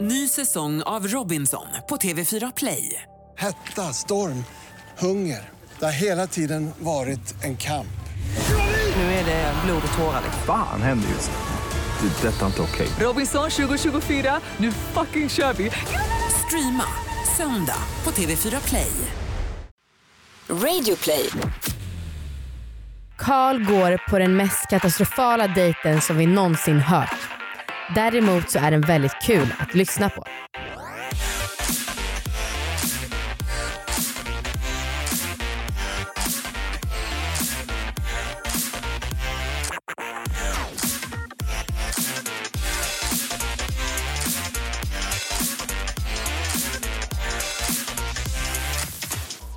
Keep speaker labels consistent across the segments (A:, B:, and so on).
A: Ny säsong av Robinson på TV4 Play.
B: Hetta, storm, hunger. Det har hela tiden varit en kamp.
A: Nu är det blod och tårar. liksom.
C: Fan händer just nu. Det. är Detta är inte okej.
A: Robinson 2024, nu fucking kör vi! Streama söndag på TV4 Play.
D: Radio play.
E: Carl går på den mest katastrofala dejten som vi någonsin hört. Däremot så är den väldigt kul att lyssna på.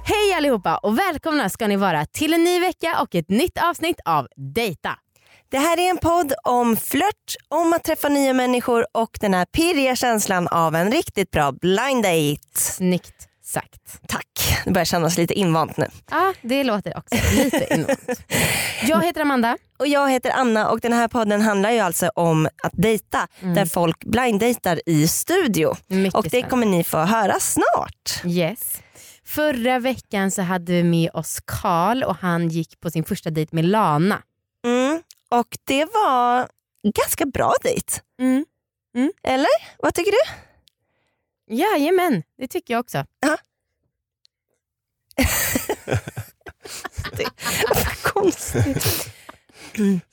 E: Hej allihopa och välkomna ska ni vara till en ny vecka och ett nytt avsnitt av Dejta.
F: Det här är en podd om flört, om att träffa nya människor och den här pirriga känslan av en riktigt bra blind date.
E: Snyggt sagt.
F: Tack, det börjar kännas lite invant nu.
E: Ja, det låter också lite invant. Jag heter Amanda.
F: Och jag heter Anna och den här podden handlar ju alltså om att dejta där folk blind dejtar i studio.
E: Mycket
F: och det
E: spännande.
F: kommer ni få höra snart.
E: Yes. Förra veckan så hade vi med oss Carl och han gick på sin första dejt med Lana.
F: Mm. Och det var en ganska bra dejt.
E: Mm.
F: Eller? Vad tycker du?
E: Jajamän, det tycker jag också.
F: Vad konstigt.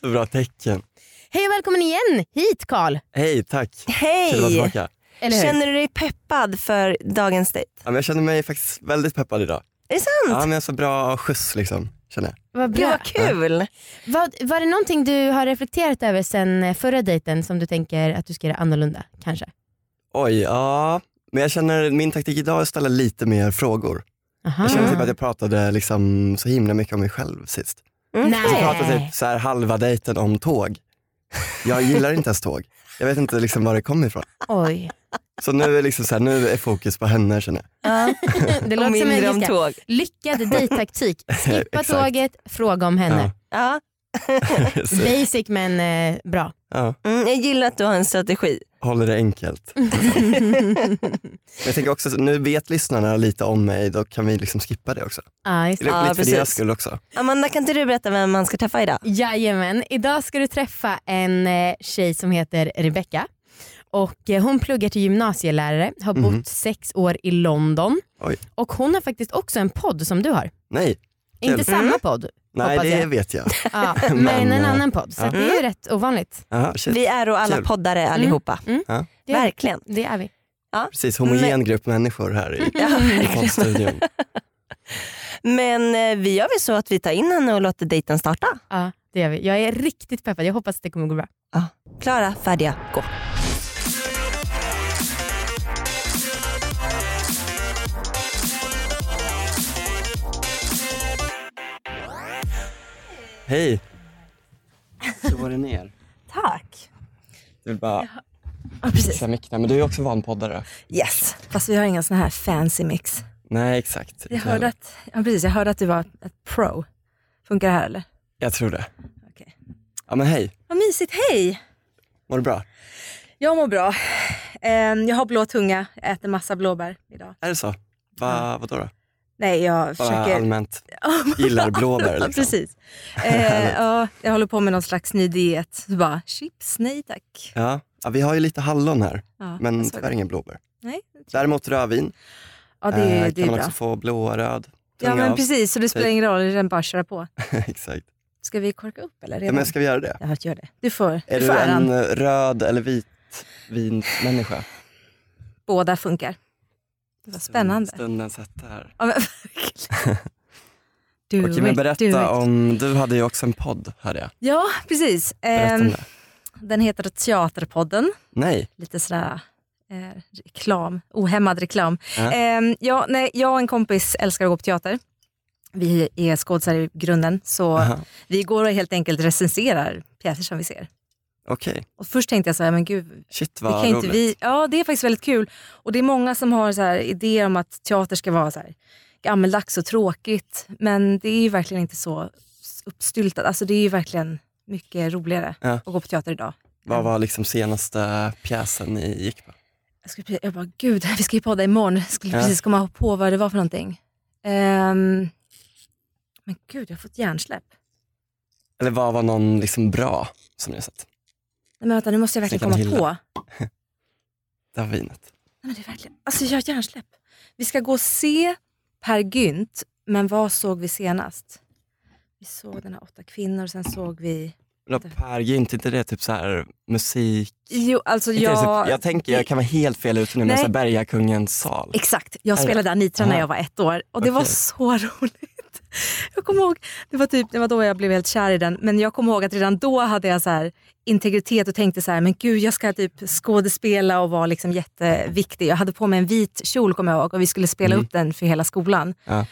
G: Bra tecken.
E: Hej och välkommen igen hit Carl!
G: Hej, tack. Kul att vara
F: Hej!
G: tillbaka.
E: Eller hur?
F: Känner du dig peppad för dagens dejt?
G: Ja, men jag känner mig faktiskt väldigt peppad idag.
F: Är det sant?
G: Ja, men jag har så bra skjuts liksom, känner jag.
E: Vad
F: Gud
E: bra.
F: vad kul.
E: Vad, var det någonting du har reflekterat över sen eh, förra dejten som du tänker att du ska göra annorlunda kanske?
G: Oj, ja. Men jag känner min taktik idag är att ställa lite mer frågor.
E: Aha.
G: Jag känner typ att jag pratade liksom så himla mycket om mig själv sist.
F: Mm.
E: Nej.
G: Jag pratade typ så här halva dejten om tåg. Jag gillar inte ens tåg. Jag vet inte liksom var det kom ifrån.
E: Oj,
G: Så nu är, liksom så här, nu är fokus på henne känner jag.
F: Ja.
E: det
F: Och
E: låter som en
F: mindre om
E: ganska
F: tåg.
E: lyckad dejttaktik. Skippa
G: Exakt.
E: tåget, fråga om henne.
F: Ja.
G: Så,
E: Basic men eh, bra.
G: ja,
F: Mm, jag gillar att du har en strategi.
G: håller det enkelt. Men jag tänker också, nu vet lyssnarna lite om mig, då kan vi liksom skippa det också.
E: Ja, just det.
G: Lite
F: Ja,
G: för
F: precis.
G: deras skull också.
F: Amanda kan inte du berätta vem man ska träffa idag?
E: Jajamän, idag ska du träffa en eh, tjej som heter Rebecca. Och eh, hon pluggar till gymnasielärare, har
G: Mhm.
E: bott sex år i London
G: Oj.
E: och hon har faktiskt också en podd som du har.
G: Nej, Kul. Mm.
E: Inte samma podd,
G: nej
E: Hoppas
G: det
E: jag.
G: vet jag.
E: ja, men,
G: Men,
E: en
G: eh,
E: annan podd. Så att det är ju rätt ovanligt.
G: Aha, shit.
F: Vi är och alla
G: Kul.
F: poddare
H: Mm.
F: allihopa.
G: Ja.
E: Det är,
F: Verkligen.
E: det är vi.
G: Precis, homogen grupp människor här i,
F: Ja,
H: Mm.
G: i
F: verkligen.
G: poddstudion.
F: Men eh, vi gör väl så att vi tar in henne och låter dejten starta.
E: Ja, det är vi. Jag är riktigt peppad, jag hoppas att det kommer gå bra.
F: Klara, färdiga, gå.
G: Hej. Så var det ner.
H: Tack.
G: Du vill bara fixa micken här, men du är ju också van poddare.
H: Yes. Fast vi har inga såna här fancy mix.
G: Nej exakt.
H: Jag hörde att, ja, precis, jag hörde att du var ett pro. Funkar det här eller?
G: Jag tror det.
H: Okej.
G: Ja men hej,
H: Vad mysigt. Hej!
G: mår du bra?
H: Jag mår bra. Ehm, Jag har blå tunga, jag äter massa blåbär idag.
G: Är det så? Va, vadå då?
H: Nej, jag
G: Bara
H: försöker...
G: allmänt gillar blåbär
H: Ja,
G: liksom.
H: precis. Eh, ja, jag håller på med någon slags ny diet. Så bara, chips, nej tack.
G: Ja. ja, vi har ju lite hallon här,
H: Ja, jag
G: men
H: såg
G: tyvärr
H: det.
G: inga blåbär.
H: Nej,
G: Däremot rödvin
H: ja, det, är- det
G: eh, kan
H: är
G: man
H: bra.
G: också få blå och röd.
H: Ja,
G: Tunga
H: men
G: av.
H: precis. Så det spelar
G: Typ.
H: ingen roll, det är den bara att köra på.
G: Exakt.
H: Ska vi korka upp eller?
G: Ja,
H: Redan?
G: men ska vi göra det?
H: Ja, gör det. Du får,
G: Är
H: du
G: du
H: får äran.
G: en eh, röd eller vit vinmänniska?
H: Båda funkar. Det var spännande.
G: Stunden satt här.
H: Ja, men verkligen. Do
G: Okej, men
H: it, do
G: berätta
H: it.
G: om, du hade ju också en podd hörde jag.
H: Ja, precis.
G: Berätta om
H: Ehm,
G: det.
H: den heter Teaterpodden.
G: Nej,
H: Lite sådär eh, reklam, ohämmad reklam.
G: Ja.
H: Ehm, ja, nej, jag och en kompis älskar att gå på teater. Vi är skådisar i grunden, så
G: Aha.
H: vi går och helt enkelt recenserar pjäser som vi ser.
G: okej.
H: Och först tänkte jag så här, men gud,
G: Shit
H: Det
G: vad
H: kan inte
G: roligt.
H: vi, ja, det är faktiskt väldigt kul. Och det är många som har så här idéer om att teater ska vara så här gammeldags och tråkigt. Men det är ju verkligen inte så uppstyltat. Alltså det är ju verkligen mycket roligare
G: Ja.
H: att gå på teater idag.
G: Vad var liksom senaste pjäsen ni gick på?
H: Jag, skulle, jag bara, gud, vi ska ju podda imorgon. Jag skulle
G: Ja.
H: precis komma på vad det var för någonting. Ehm, men gud, jag har fått hjärnsläpp.
G: Eller vad var någon liksom bra som ni har sett?
H: Nej, men vänta, nu måste jag verkligen
G: Snickaren
H: komma på.
G: Det här vinet.
H: Nej, men det är verkligen... Alltså jag har hjärnsläpp. Vi ska gå och se Per Gynt, men vad såg vi senast? Vi såg den här Åtta kvinnor och sen såg vi...
G: Men då, Per Gynt, inte det typ så här musik?
H: Jo, alltså
G: Inte det,
H: jag...
G: typ, jag tänker, jag kan vara helt fel ute nu, men
H: Nej.
G: så här Bergakungens sal.
H: Exakt, jag
G: Aj,
H: spelade Anitra när
G: Aha.
H: jag var ett år och det var
G: Okej.
H: så roligt. Jag kommer ihåg, det var, typ, det var då jag blev helt kär i den, men jag kommer ihåg att redan då hade jag så här integritet och tänkte så här, men gud jag ska typ skådespela och vara liksom jätteviktig. Jag hade på mig en vit kjol kommer jag ihåg och vi skulle spela upp den för hela skolan.
G: Mm. Ja.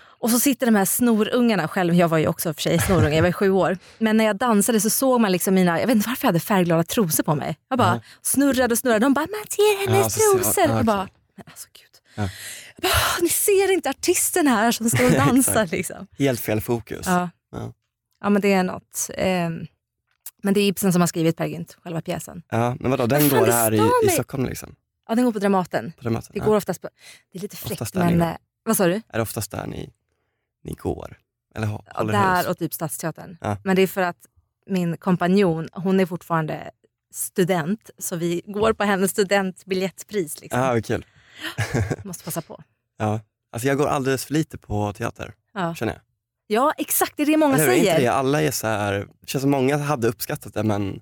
H: Och så sitter de här snorungarna själv, jag var ju också för sig snorunge, jag var ju sju år. Men när jag dansade så såg man liksom mina, jag vet inte varför jag hade färgglada trosor på mig. Jag bara snurrade och snurrade, de bara “man ser
G: Ja,
H: hennes
G: så ser jag-
H: trosor”.
G: ja,
H: jag bara,
G: exakt.
H: men alltså gud.
G: Ja.
H: Jag bara, "Ah, ni ser inte artisten här som står och dansar
G: Exakt.
H: liksom.
G: Helt fel fokus.
H: Ja.
G: Ja.
H: ja men det är något. Ehm, men det är Ibsen som har skrivit Per Gynt, själva pjäsen.
G: Ja, men vadå, den
H: Vad fan,
G: går
H: det
G: här
H: stör
G: i, i
H: mig.
G: Stockholm liksom?
H: Ja den går på Dramaten.
G: På den
H: Det
G: ja.
H: går oftast på, det är lite fräckt
G: Oftast där
H: men,
G: ni går.
H: eh, vad sa du?
G: Är det oftast där ni, ni går? Eller hå-
H: Ja,
G: håller hus?
H: där och typ Stadsteatern.
G: Ja.
H: Men det är för att min kompanjon, hon är fortfarande student, så vi går på hennes studentbiljettpris. Liksom.
G: Ja, vad kul.
H: Måste passa på.
G: Ja. Alltså jag går alldeles för lite på teater,
H: Ja.
G: känner jag.
H: ja, exakt. Det är det många
G: Eller hur? Inte det?
H: säger.
G: Alla är så här, det känns som många hade uppskattat det men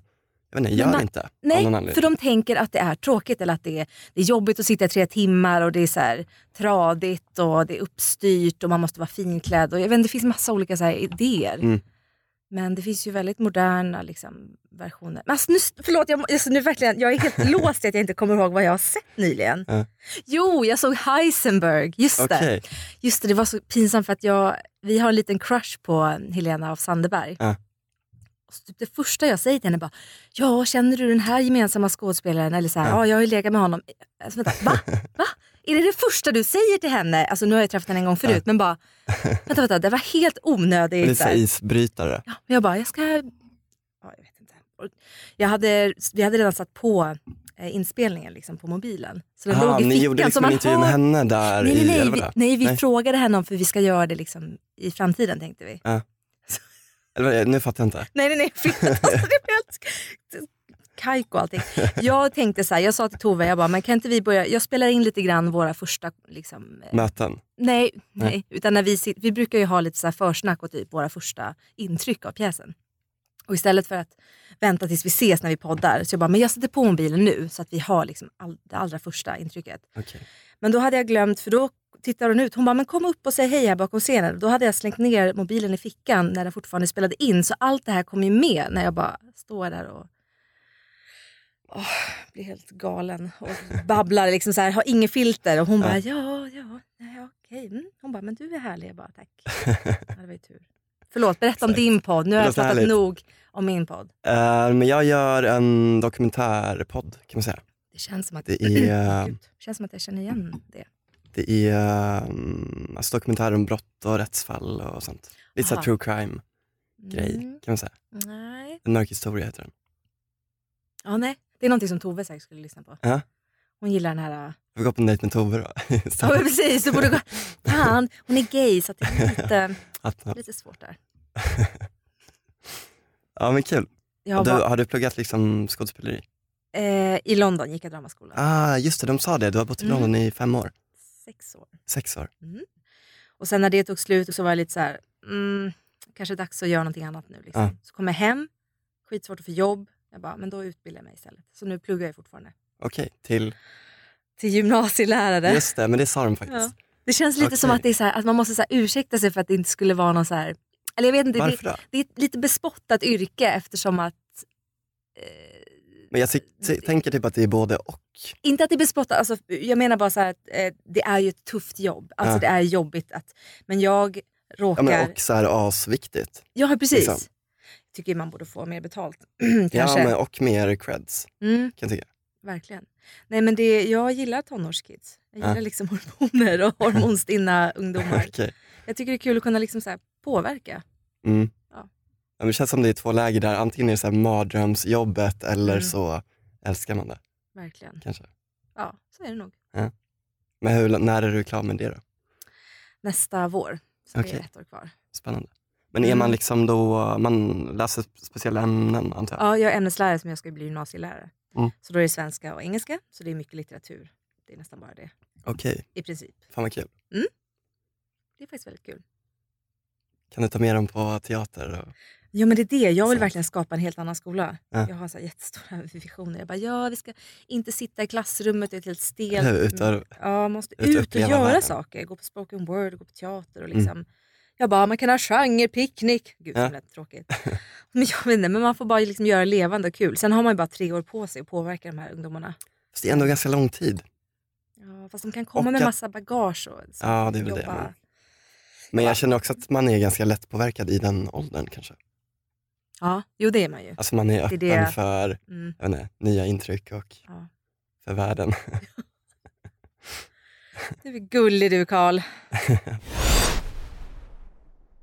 G: jag vet inte, gör
H: man-
G: inte. av någon
H: Nej,
G: anledning.
H: för de tänker att det är tråkigt eller att det är, det är jobbigt att sitta i tre timmar och det är så här tradigt och det är uppstyrt och man måste vara finklädd. Och jag vet, inte, det finns massa olika så här idéer.
G: Mm.
H: Men det finns ju väldigt moderna liksom, versioner. Men alltså, nu, förlåt, jag, må- alltså, nu verkligen, jag är helt låst i att jag inte kommer ihåg vad jag har sett nyligen.
G: Ja.
H: Jo, jag såg Heisenberg. Just det.
G: Okej,
H: Just det, det var så pinsamt för att jag, vi har en liten crush på Helena af Sandeberg.
G: Ja.
H: Och så typ det första jag säger till henne är bara, ja känner du den här gemensamma skådespelaren? Eller så här, ja jag har ju legat med honom. Alltså, vänta, va? va? Är det det första du säger till henne? Alltså nu har jag träffat henne en gång förut men bara, vänta vänta, det var helt onödigt.
G: lite
H: så
G: så här
H: här.
G: isbrytare.
H: Ja, men jag bara, jag ska... Ja, jag vet inte. Och Jag hade, vi hade redan satt på eh, inspelningen liksom, på mobilen. Så den
G: Aha,
H: låg i
G: ni
H: fickan.
G: gjorde
H: så
G: liksom
H: man
G: en intervju
H: hör-
G: med henne där
H: Nej, nej,
G: i,
H: nej,
G: eller vad
H: vi,
G: det var?
H: nej, vi
G: Nej.
H: frågade henne om för vi ska göra det liksom i framtiden tänkte vi.
G: Eller vad är det? nu fattar jag inte.
H: Nej, nej, nej. Fel. Alltså, det är helt kajko allting. Jag tänkte så här, jag sa till Tove, jag bara, men kan inte vi börja, jag spelar in lite grann våra första, liksom, eh,
G: Möten.
H: nej, nej, utan när vi, sit- vi brukar ju ha lite så här försnack och typ våra första intryck av pjäsen. Och istället för att vänta tills vi ses när vi poddar, så jag bara, men jag sätter på mobilen nu så att vi har liksom all, det allra första intrycket.
G: Okej.
H: Men då hade jag glömt, för då tittar hon ut. Hon bara, men kom upp och säg hej här bakom scenen. Då hade jag slängt ner mobilen i fickan när den fortfarande spelade in. Så allt det här kom ju med när jag bara står där och åh, blir helt galen och babblar. Liksom så här, har ingen filter. Och hon bara, ja, ja, nej, okej. Mm. Hon bara, men du är härlig. Jag bara, tack. Ja, det var ju tur. Förlåt, berätta om din podd. Nu har
G: Det
H: jag
G: låter
H: pratat
G: härligt.
H: nog om min podd.
G: Eh, men jag gör en dokumentärpodd kan man säga.
H: Det känns som att,
G: Det är, eh,
H: Gud, det känns som att jag känner igen det.
G: det är eh, alltså dokumentärer om brott och rättsfall och sånt. Lite så här
H: Aha.
G: true crime-grej
H: Mm,
G: kan man säga.
H: nej.
G: En mörk historia heter den.
H: Ja, nej. Det är någonting som Tove säkert skulle lyssna på.
G: Ja.
H: Hon gillar den här... äh,
G: Jag får gå på en dejt med Tove då.
H: Ja, men precis. Du borde gå... Fan, hon är gay så att det är lite,
G: Att-
H: lite svårt där.
G: ja men kul.
H: Jag
G: du,
H: var,
G: Har du pluggat liksom skådespeleri?
H: eh, I London gick jag dramaskola.
G: Ah, just det, de sa det. Du har bott i
H: Mm.
G: London i fem år.
H: Sex år.
G: Sex år.
H: Och sen när det tog slut så var jag lite så här... Mm, kanske dags att göra någonting annat nu. Liksom.
G: Ja.
H: Så kom jag hem, skitsvårt att få jobb. Jag bara, men då utbildar jag mig istället. Så nu pluggar jag fortfarande.
G: Okej, till...
H: Till gymnasielärare.
G: Just det, men det sa de
H: Ja.
G: faktiskt.
H: Det känns lite som
G: Okej.
H: att, det är så här, att man måste så här, ursäkta sig för att det inte skulle vara någon så här... Eller jag vet inte, det,
G: Varför då?
H: det är ett lite bespottat yrke eftersom att... Eh,
G: Men jag ty- ty- tänker typ att det är både och.
H: inte att det är bespottat, alltså, jag menar bara så här att eh, det är ju ett tufft jobb. Alltså
G: Ja.
H: det är jobbigt att... Men jag
G: Ja,
H: råkar...
G: men och så här asviktigt.
H: Ja, precis.
G: liksom.
H: Tycker man borde få mer betalt.
G: Ja,
H: kanske.
G: men och mer creds
H: Mm,
G: kan jag tycka.
H: verkligen. Nej men det, jag gillar tonårskids. Jag
G: Ja.
H: gillar liksom hormoner och hormonstinna ungdomar.
G: Okej.
H: Jag tycker det är kul att kunna liksom så här påverka.
G: Mm.
H: Ja.
G: Ja. men det känns som det är två läger där. Antingen är det så här mardrömsjobbet eller
H: Mm.
G: så älskar man det
H: Verkligen.
G: kanske.
H: Ja, så är det nog.
G: Men hur, när är du klar med det då?
H: Nästa vår. Så det är
G: Okej.
H: ett år kvar.
G: Spännande. Men är man
H: Mm.
G: liksom då, man läser speciella ämnen antar jag?
H: Ja, jag är ämneslärare som jag ska bli gymnasielärare.
G: Mm.
H: Så då är det svenska och engelska, så det är mycket litteratur. Det är nästan bara det,
G: Okej,
H: i princip.
G: fan vad kul.
H: Det är faktiskt väldigt kul.
G: Kan du ta med dem på teater? Och...
H: Ja men det är det, jag vill
G: Sant.
H: verkligen skapa en helt annan skola.
G: Ja.
H: Jag har så här jättestora visioner. Jag bara, ja vi ska inte sitta i klassrummet, det är ett helt mm. stelt.
G: Eller ut och-
H: Ja, måste
G: ut och
H: ut, och
G: uppleva
H: göra
G: världen. Mm.
H: saker. Gå på spoken word, gå på teater och liksom. Jag bara, man kan ha genre, picknick. Gud
G: Ja.
H: som lät tråkigt. men jag vet inte, men man får bara liksom göra levande och kul. Sen har man ju bara tre år på sig att påverka de här ungdomarna.
G: Fast det är ändå ganska lång tid.
H: Ja, fast de kan komma
G: Och
H: med
G: att-
H: massa bagage och liksom,
G: Ja, det är väl det.
H: jobba.
G: Men- Men jag känner också att man är ganska lättpåverkad i den åldern kanske.
H: Ja, jo det är man ju.
G: Alltså man är
H: Det är
G: öppen
H: det.
G: för
H: Mm.
G: jag vet inte, nya intryck och
H: Ja.
G: för världen.
H: Du är gullig du Karl.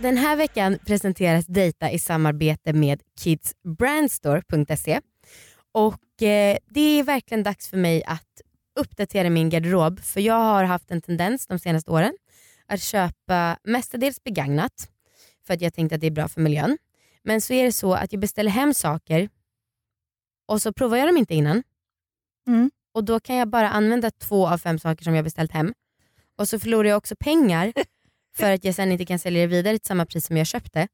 E: Den här veckan presenteras Dejta i samarbete med kidsbrandstore.se. Och eh, det är verkligen dags för mig att uppdatera min garderob för jag har haft en tendens de senaste åren att köpa mestadels begagnat för att jag tänkte att det är bra för miljön. Men så är det så att jag beställer hem saker och så provar jag dem inte innan.
I: Mm.
E: Och då kan jag bara använda två av fem saker som jag beställt hem. Och så förlorar jag också pengar för att jag sen inte kan sälja det vidare till samma pris som jag köpte.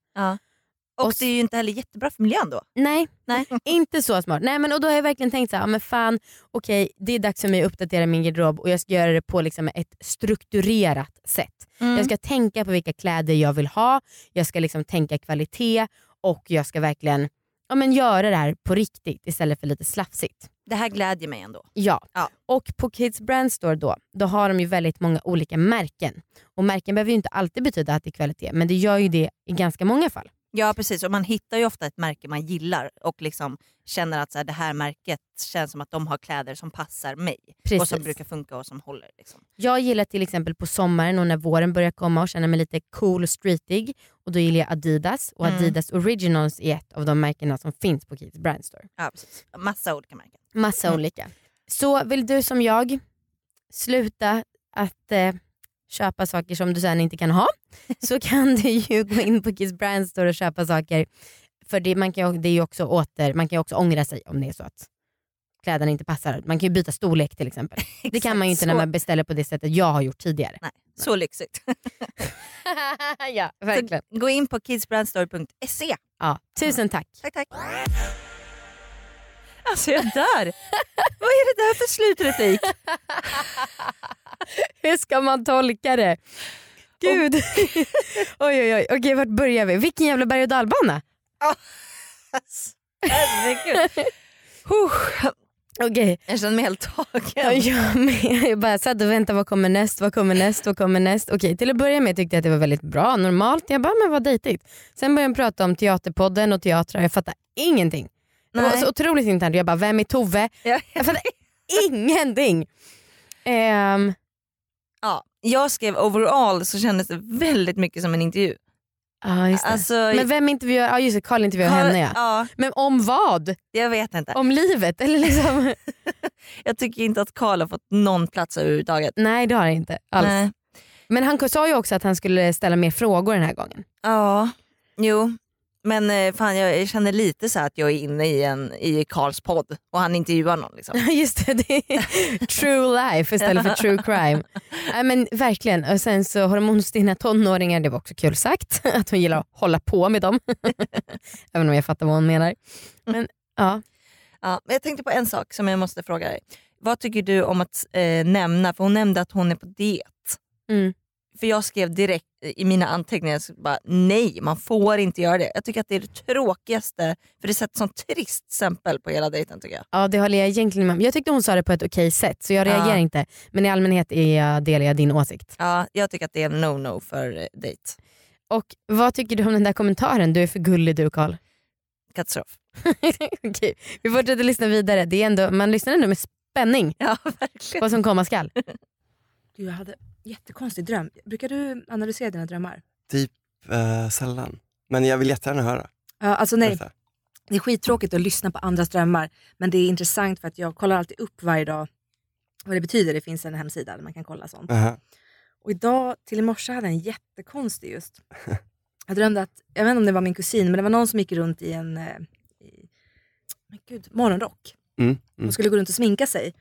I: Och,
E: Och
I: det är ju inte heller jättebra för miljön då.
E: Nej,
I: Nej.
E: inte så smart. Nej, men, och då har jag verkligen tänkt så här, ja, men fan, okej det är dags för mig att uppdatera min garderob och jag ska göra det på liksom ett strukturerat sätt.
I: Mm.
E: Jag ska tänka på vilka kläder jag vill ha, jag ska liksom tänka kvalitet och jag ska verkligen ja, men, göra det här på riktigt istället för lite slafsigt.
I: Det här glädjer mig ändå.
E: Ja.
I: Ja.
E: och på Kids Brand Store då, då har de ju väldigt många olika märken. Och märken behöver ju inte alltid betyda att det är kvalitet, men det gör ju det i ganska många fall.
I: Ja precis, och man hittar ju ofta ett märke man gillar och liksom känner att så här, det här märket känns som att de har kläder som passar mig. Och som
E: Precis.
I: brukar funka och som håller. Liksom.
E: Jag gillar till exempel på sommaren och när våren börjar komma och känner mig lite cool och streetig. Och då gillar jag Adidas och
I: Mm.
E: Adidas Originals är ett av de märkena som finns på Kids Brand Store.
I: Ja, precis. Massa olika märken.
E: Massa
I: Mm.
E: olika. Så vill du som jag sluta att eh, köpa saker som du sen inte kan ha så kan du ju gå in på Kids Brand Store och köpa saker. För det, man, kan ju, det är ju också åter, man kan ju också ångra sig om det är så att kläderna inte passar. Man kan ju byta storlek till exempel. Det kan man ju inte när man beställer på det sättet jag har gjort tidigare.
I: Nej, så lyxigt.
E: ja, verkligen.
I: Så gå in på kidsbrandstore.se.
E: Ja, tusen tack.
I: Tack, tack. Alltså jag dör. Vad är det där för slutreplik?
E: Hur ska man tolka det? Gud. oj, oj, oj. Okej, vart börjar vi? Vilken jävla berg och dalbana.
I: Herregud. Huh,
E: Okej,
I: jag känner mig helt tagen.
E: jag, med. jag bara satt och väntade. Vad kommer näst? Vad kommer näst? Vad kommer näst? Okej, till att börja med tyckte jag att det var väldigt bra. Normalt. Jag bara, men vad dejtigt. Sen började de prata om Teaterpodden och teatrar. Jag fattar ingenting. Det var
I: Nej.
E: så otroligt internt. Jag bara, vem är Tove?
I: Ja.
E: Jag fattar ingenting. Ehm,
I: Ja, jag skrev overall så kändes det väldigt mycket som en intervju.
E: Ja just det.
I: Alltså,
E: men vem intervjuar, ja just det, Karl intervjuar henne ja.
I: ja.
E: Men om vad?
I: Jag vet inte.
E: Om livet? Eller liksom?
I: Jag tycker inte att Karl har fått någon plats överhuvudtaget.
E: Nej det har han inte alls.
I: Nej.
E: Men han sa ju också att han skulle ställa mer frågor den här gången.
I: Ja, jo. Men eh, fan jag känner lite så här att jag är inne i, en, i Karls podd och han intervjuar någon. Liksom.
E: Just det, det är true life istället för true crime. Nej men verkligen. Och sen så har de hos dina tonåringar, det var också kul sagt, att hon gillar att hålla på med dem. Även om jag fattar vad hon menar. Men ja.
I: Ja, men jag tänkte på en sak som jag måste fråga dig. Vad tycker du om att eh, nämna, för hon nämnde att hon är på diet.
E: Mm.
I: För jag skrev direkt eh, i mina anteckningar, så bara, nej man får inte göra det. Jag tycker att det är det tråkigaste, för det sätter sån trist stämpel på hela dejten tycker jag.
E: Ja det håller jag egentligen med om. Jag tyckte hon sa det på ett okej sätt så jag
I: Ja.
E: reagerar inte. Men i allmänhet är jag, delar jag din åsikt.
I: Ja, jag tycker att det är en no-no för eh, dejt.
E: Och vad tycker du om den där kommentaren, du är för gullig du Karl?
I: Katastrof.
E: Okej, vi fortsätter lyssna vidare. Det är ändå, man lyssnar ändå med spänning vad som komma skall.
H: Gud, jag hade en jättekonstig dröm. Brukar du analysera dina drömmar?
G: Typ eh, sällan. Men jag vill jättegärna höra.
H: Ja, alltså nej.
G: Berätta.
H: Det är skittråkigt att lyssna på andras drömmar, men det är intressant för att jag kollar alltid upp varje dag vad det betyder. Det finns en hemsida där man kan kolla sånt.
G: Aha.
H: Och idag till i morse hade jag en jättekonstig just. Jag drömde att, jag vet inte om det var min kusin, men det var någon som gick runt i en eh, i, men gud, morgonrock.
G: Mm,
H: Hon
G: mm.
H: skulle gå runt och sminka sig.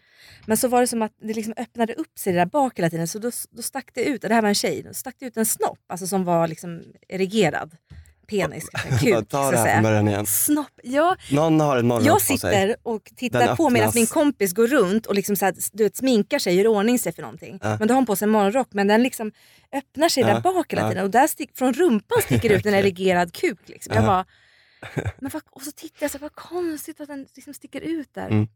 H: Men så var det som att det liksom öppnade upp sig det där bak hela tiden. Så då, då stack det ut, det här var en tjej, då stack det ut en snopp alltså som var liksom erigerad. Penis, kanske, kuk.
G: Ta
H: så
G: det
H: att
G: här från
H: säga.
G: början igen.
H: Snopp, ja.
G: Någon har en morgonrock
H: Jag
G: på sig.
H: sitter och tittar
G: Den
H: på medan
G: öppnas.
H: min kompis går runt och liksom så här, du vet, sminkar sig, gör i ordning sig för någonting.
G: Ja.
H: Men då har hon på sig en morgonrock men den liksom öppnar sig
G: Ja,
H: där bak hela
G: ja.
H: tiden och där stick, från rumpan sticker ut en erigerad kuk. Liksom. Jag
G: Ja.
H: bara, men vad, och så tittar jag så här, vad konstigt att den liksom sticker ut där.
G: Mm.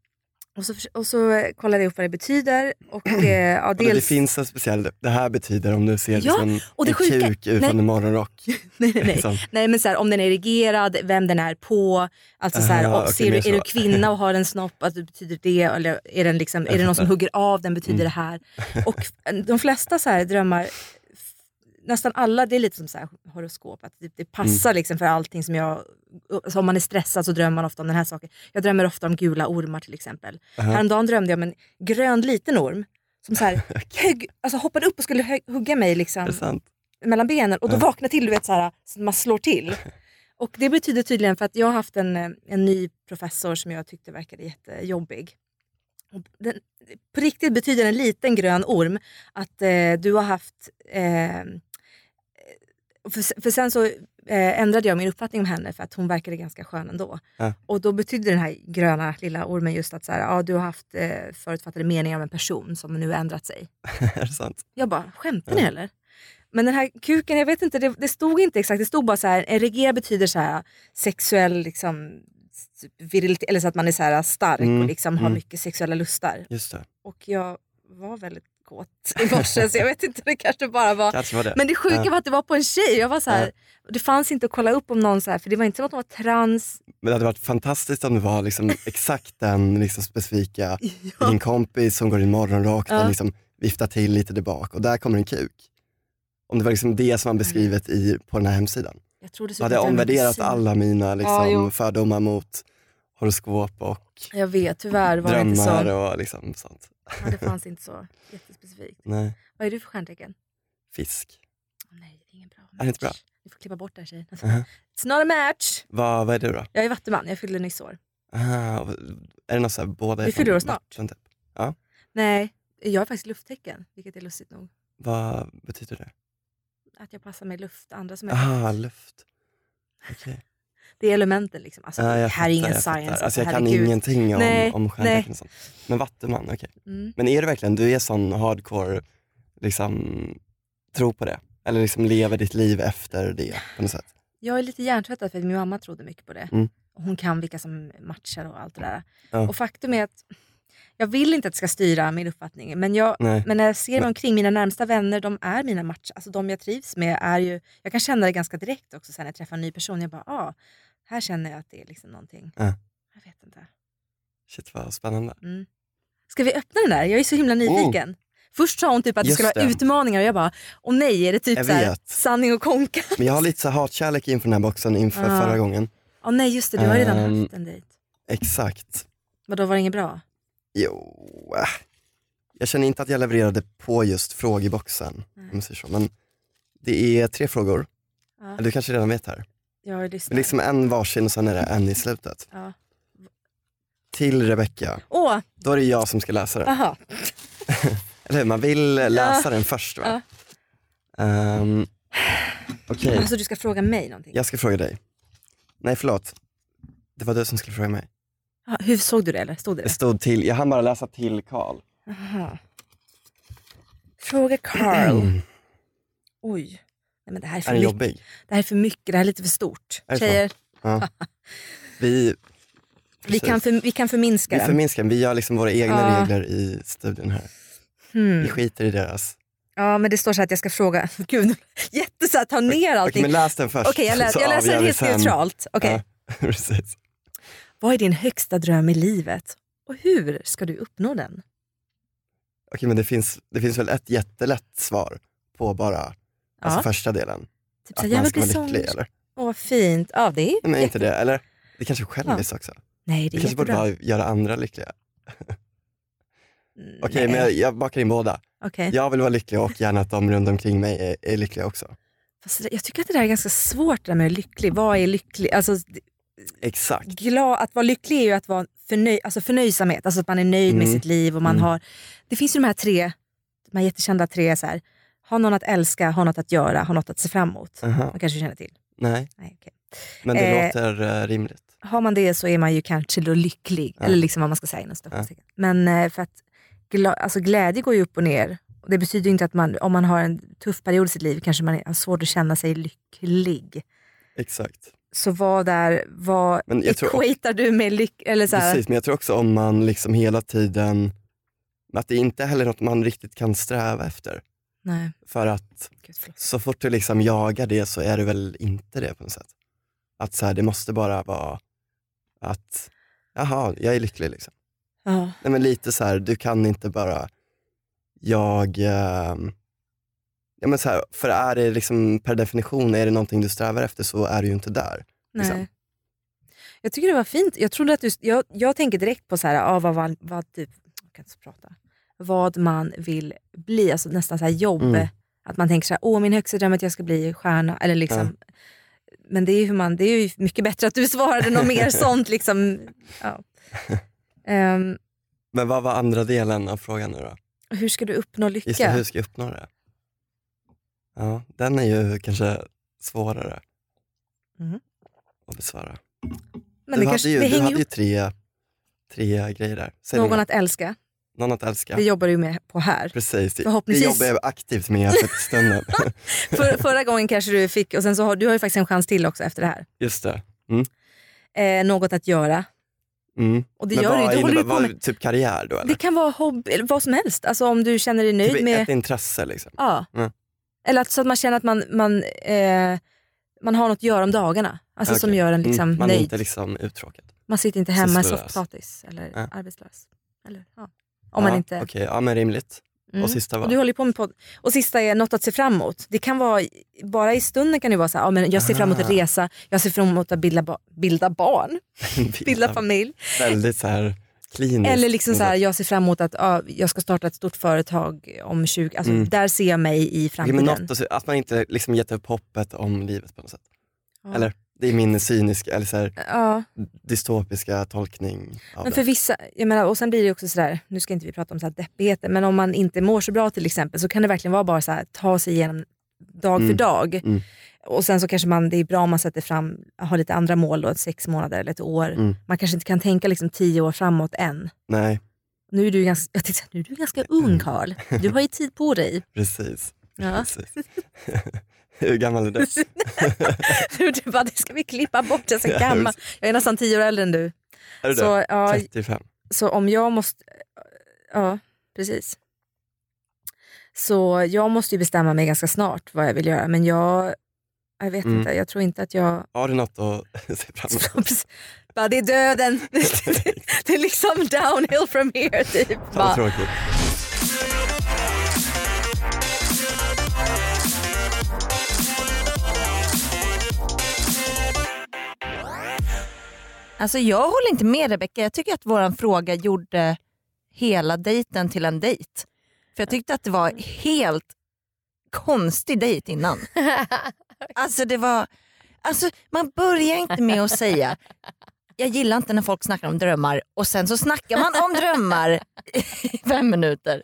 H: Och, så, förs- och så kollar jag upp vad det betyder. Och, eh, ja,
G: Och Det
H: dels,
G: finns en speciell, det här betyder om du ser
H: Ja,
G: liksom
H: och det
G: en
H: sjuka-
G: kuk utan
H: nej.
G: en morgonrock.
H: nej, nej, nej.
G: Liksom.
H: Nej men så här, om den är erigerad, vem den är på. Alltså så här,
G: Aha,
H: och
G: okej,
H: ser du,
G: mer
H: är du
G: så.
H: kvinna och har en snopp, att det betyder det. Eller är, den liksom,
G: Jag
H: är det någon
G: fattar.
H: som hugger av, den betyder
G: Mm.
H: det här. Och de flesta så här, drömmar, f- nästan alla, det är lite som så här, horoskop. Att det, det passar
I: Mm.
H: liksom för allting som jag... Så om man är stressad så drömmer man ofta om den här saken. Jag drömmer ofta om gula ormar till exempel.
I: Aha.
H: Häromdagen drömde jag om en grön liten orm som så här, högg, alltså hoppade upp och skulle hö- hugga mig liksom,
G: Alltså,
H: mellan benen och då
I: Ja.
H: vaknar till du vet så här, så att man slår till. Och det betyder tydligen för att jag har haft en, eh, en ny professor som jag tyckte verkade jättejobbig. Och Den, på riktigt betyder en liten grön orm att eh, du har haft... Eh, för, för sen så eh, ändrade jag min uppfattning om henne för att hon verkade ganska skön ändå.
G: Ja.
H: Och då betydde den här gröna lilla ormen just att så här, ja, du har haft eh, förutfattade meningar om en person som nu har ändrat sig.
G: är det sant?
H: Jag bara, skämtar ni eller? Men den här kuken, jag vet inte, det, det stod inte exakt. Det stod bara så här, erigera betyder så här sexuell liksom virilitet, eller så att man är så här stark
G: Mm,
H: och liksom har
G: mm.
H: mycket sexuella lustar.
G: Just det.
H: Och jag var väldigt kåt i morse så jag vet inte, det kanske bara var...
G: Kanske var det.
H: Men det sjuka
G: Ja.
H: var att det var på en tjej. Jag var så här, Det fanns inte att kolla upp om någon så här, för det var inte som att hon var trans.
G: Men det hade varit fantastiskt om det var liksom exakt den liksom specifika, din kompis som går i en morgonrock,
H: Ja.
G: den liksom viftar till lite där bak och där kommer en kuk. Om det var liksom det som man beskrivit i, på den här hemsidan.
H: Jag tror
G: Då hade jag omvärderat alla mina liksom,
H: jo.
G: fördomar mot horoskop och
H: Jag vet, tyvärr var det inte så.
G: drömmar
H: Ja,
G: och liksom sånt.
H: det fanns inte så jättespecifikt.
G: Nej,
H: Vad är du för stjärntecken?
G: fisk.
H: Nej, det är ingen bra
G: Är det inte bra?
H: Du får klippa bort det här tjejen.
G: Aha.
H: It's not a match!
G: Vad, vad är du då?
H: Jag är vattuman, jag fyllde nyss år.
G: Ah, och- är det något så här, båda är
H: Vi
G: från
H: fyller år snart.
G: vatten, Typ? Ja,
H: Nej, jag är faktiskt lufttecken, vilket är lustigt nog.
G: vad betyder det?
H: Att jag passar mig luft, andra som är
G: Ah, luft. Okej.
H: Det är elementen liksom. Alltså,
G: Ja,
H: det
G: jag
H: här är ingen
G: fattar, jag fattar.
H: science.
G: Alltså, jag kan
H: herregud.
G: ingenting om,
H: Nej,
G: om stjärntecken och sånt. Men Vattuman, okej.
H: Mm.
G: Men är du verkligen, du är sån hardcore, liksom, tro på det? Eller liksom lever ditt liv efter det på något sätt?
H: Jag är lite hjärntvättad för att min mamma trodde mycket på det.
G: Mm.
H: Och hon kan vilka som matchar och allt det där.
G: Ja.
H: Och faktum är att jag vill inte att det ska styra min uppfattning. Men, jag,
G: Nej.
H: men när jag ser mig omkring, mina närmsta vänner, de är mina match. Alltså de jag trivs med är ju... Jag kan känna det ganska direkt också sen när jag träffar en ny person. Jag bara, ah, här känner jag att det är liksom någonting.
G: Ja.
H: Jag vet inte.
G: Shit vad spännande.
H: Mm. Ska vi öppna den där? Jag är så himla nyfiken. Först sa hon typ att det
G: Oh. Just
H: skulle vara
G: det.
H: utmaningar och jag bara, åh nej, är det typ
G: Jag
H: så här,
G: vet.
H: sanning och konka?
G: Men jag har lite så här hatkärlek inför den här boxen inför
H: Ja.
G: förra gången.
H: Åh nej, just det, du har redan
G: Ehm.
H: haft en dejt.
G: Exakt.
H: Vadå, var det inget bra?
G: Jo, äh. jag känner inte att jag levererade på just frågeboxen. Om man säger så. Men det är tre frågor.
H: Ja.
G: Du kanske redan vet här.
H: Jag lyssnar.
G: Liksom en varsin och sen är det en i slutet.
H: Ja.
G: Till Rebecka.
H: Åh,
G: Då är det jag som ska läsa den.
H: aha.
G: Eller hur? Man vill läsa
H: Ja.
G: den först va?
H: Ja.
G: Ehm, Okej,
H: Alltså du ska fråga mig någonting.
G: jag ska fråga dig. Nej förlåt, det var du som skulle fråga mig.
H: Ja, Hur såg du det eller stod det?
G: Det stod till, jag hann bara läsa till Karl.
H: Aha. Fråga Carl. Oj. Nej, men det här är, för
G: Är den
H: mycket.
G: jobbig?
H: Det här är för mycket, det här är lite för stort.
G: Är det så?
H: Tjejer,
G: Ja. Vi,
H: vi
G: precis.
H: kan, för, vi kan förminska
G: vi
H: den.
G: förminskar den. Vi gör liksom våra egna
H: Ja.
G: regler i studion här.
H: Hmm.
G: Vi skiter i deras.
H: Ja, men det står så här att jag ska fråga. Gud, jätte så här, ta ner
G: Okej,
H: allting.
G: men läs den först.
H: Okej, jag, läs,
G: så
H: jag läser
G: avgör
H: den
G: vi
H: helt
G: sen.
H: neutralt. Okej.
G: Ja, precis.
H: Vad är din högsta dröm i livet? Och hur ska du uppnå den?
G: Okej, men det finns, det finns väl ett jättelätt svar på bara alltså
H: Ja.
G: första delen?
H: Typ så här,
G: att
H: jag
G: man
H: vill
G: ska
H: bli
G: vara lycklig
H: sångerska.
G: eller?
H: Åh, vad fint. Ja, det är
G: Nej, men inte det, eller? Det kanske är själviskt också?
H: Nej, det
G: Det
H: är
G: kanske borde
H: jättebra.
G: vara att göra andra lyckliga. Okej, men jag, jag bakar in båda.
H: Okej.
G: Jag vill vara lycklig och gärna att de runt omkring mig är, är lyckliga också.
H: Fast det- jag tycker att det där är ganska svårt det där med lycklig. Vad är lycklig? Alltså, d-
G: Exakt.
H: glad, att vara lycklig är ju att vara förnöj, alltså förnöjsamhet, alltså att man är nöjd med
G: Mm.
H: sitt liv. och man
G: Mm.
H: har... Det finns ju de här tre, de här jättekända tre, så här, ha någon att älska, ha något att göra, ha något att se fram emot.
G: Aha.
H: Man kanske känner till.
G: Nej,
H: Nej, okej.
G: men det
H: Eh,
G: låter eh, rimligt.
H: Har man det så är man ju kanske då lycklig,
G: Ja.
H: eller liksom vad man ska säga inom citationstecken. Men eh, för att gla- alltså glädje går ju upp och ner. Och Det betyder ju inte att man, om man har en tuff period i sitt liv kanske man har svårt att känna sig lycklig.
G: Exakt.
H: Så vad där, vad
G: Men jag tror-
H: equatar du med lyck... Eller så här,
G: Precis, men jag tror också om man liksom hela tiden, att det inte heller är något man riktigt kan sträva efter.
H: Nej.
G: För att så fort du liksom jagar det så är det väl inte det på något sätt. Att så här, det måste bara vara att, jaha, jag är lycklig liksom.
H: Ja.
G: Nej, men lite så här, du kan inte bara, jag, ehm, ja, men så här, för är det liksom per definition, är det någonting du strävar efter så är du ju inte där.
H: Nej.
G: Liksom.
H: Jag tycker det var fint. Jag, trodde att du, jag, jag tänker direkt på så här, ah, vad, vad, vad, typ, jag kan inte prata, vad man vill bli, alltså nästan så här jobb.
I: Mm.
H: Att man tänker så här, åh min högsta dröm är att jag ska bli stjärna. Eller liksom, Men det är, ju hur man, det är ju mycket bättre att du svarade något mer sånt. Liksom. Ja. Ehm,
G: Men vad var andra delen av frågan nu då?
H: hur ska du uppnå lycka?
G: Just det, hur ska jag uppnå det? Ja, den är ju kanske svårare
H: Mm.
G: att besvara.
H: Men
G: du
H: det
G: hade,
H: kanske-
G: ju,
H: det
G: du
H: hänger
G: hade ju
H: ihop.
G: tre, tre grejer där. Säg
H: Någon
G: några.
H: att älska,
G: Någon att älska.
H: det jobbar du med på här.
G: Precis, det, det
H: Förhoppningsvis-
G: jobbar jag aktivt med för stunden.
H: För, förra gången kanske du fick, och sen så har du har ju faktiskt en chans till också efter det här.
G: Just det. Mm.
H: Eh, något att göra.
G: Mm.
H: Och det
G: Men
H: gör
G: vad
H: du ju, då håller
G: innebär-
H: du på
G: vad-
H: med-
G: Typ karriär då eller?
H: Det kan vara hobby, eller vad som helst. Alltså om du känner dig nöjd
G: typ
H: med...
G: ett intresse liksom.
H: Ja.
G: Mm.
H: Eller att, så att man känner att man, man, eh, man har något att göra om dagarna. Alltså som
G: Okej.
H: gör en liksom
G: mm. Man är
H: nöjd.
G: inte liksom uttråkad.
H: Man sitter inte hemma i
G: Sysslolös.
H: soffpotatis eller
G: Ja.
H: arbetslös. Eller, ja. Om man
G: Ja,
H: inte...
G: Okej, ja men rimligt.
H: Mm.
G: Och sista var?
H: du håller ju på med podd. Och sista är något att se fram emot. Det kan vara, bara i stunden kan det vara så här, ja, men jag ser fram emot att
G: Ah.
H: resa, jag ser fram emot att bilda, ba- bilda barn, bilda familj.
G: Väldigt så här kliniskt.
H: Eller liksom så här, jag ser fram emot att ja, jag ska starta ett stort företag om 20, alltså
G: Mm.
H: där ser jag mig i
G: Okej,
H: framtiden.
G: men något, att se- att man inte liksom gett upp hoppet om livet på något sätt.
H: Ja.
G: Eller det är min cyniska, eller så här,
H: Ja.
G: dystopiska tolkning av
H: Men för
G: det.
H: vissa, jag menar, och sen blir det ju också sådär, nu ska inte vi prata om så här deppigheter, men om man inte mår så bra till exempel så kan det verkligen vara bara så här, ta sig igenom dag
G: Mm.
H: för dag.
G: Mm.
H: Och sen så kanske man, det är bra om man sätter fram, har lite andra mål då, sex månader eller ett år.
G: Mm.
H: Man kanske inte kan tänka liksom tio år framåt än.
G: Nej,
H: Nu är du ganska, jag tänkte, säga, nu är du ganska
G: Mm.
H: ung Karl, du har ju tid på dig.
G: precis.
H: Ja.
G: precis. Hur gammal är du?
H: Du, du bara, det ska vi klippa bort, jag är så gammal. Jag är nästan tio år äldre än du.
G: Är du
H: så,
G: det?
H: ja,
G: 35?
H: Så om jag måste... Ja, precis. Så jag måste ju bestämma mig ganska snart vad jag vill göra. Men jag, jag vet
G: Mm.
H: inte, jag tror inte att jag...
G: Har du något att se fram emot?
H: Bara, det är döden. det är liksom downhill from here. Typ.
G: Fan, vad
H: Bara,
G: tråkigt.
I: Alltså jag håller inte med Rebecka. Jag tycker att vår fråga gjorde hela dejten till en dejt. För jag tyckte att det var helt konstig dejt innan. alltså det var... Alltså man börjar inte med att säga jag gillar inte när folk snackar om drömmar och sen så snackar man om drömmar i fem minuter.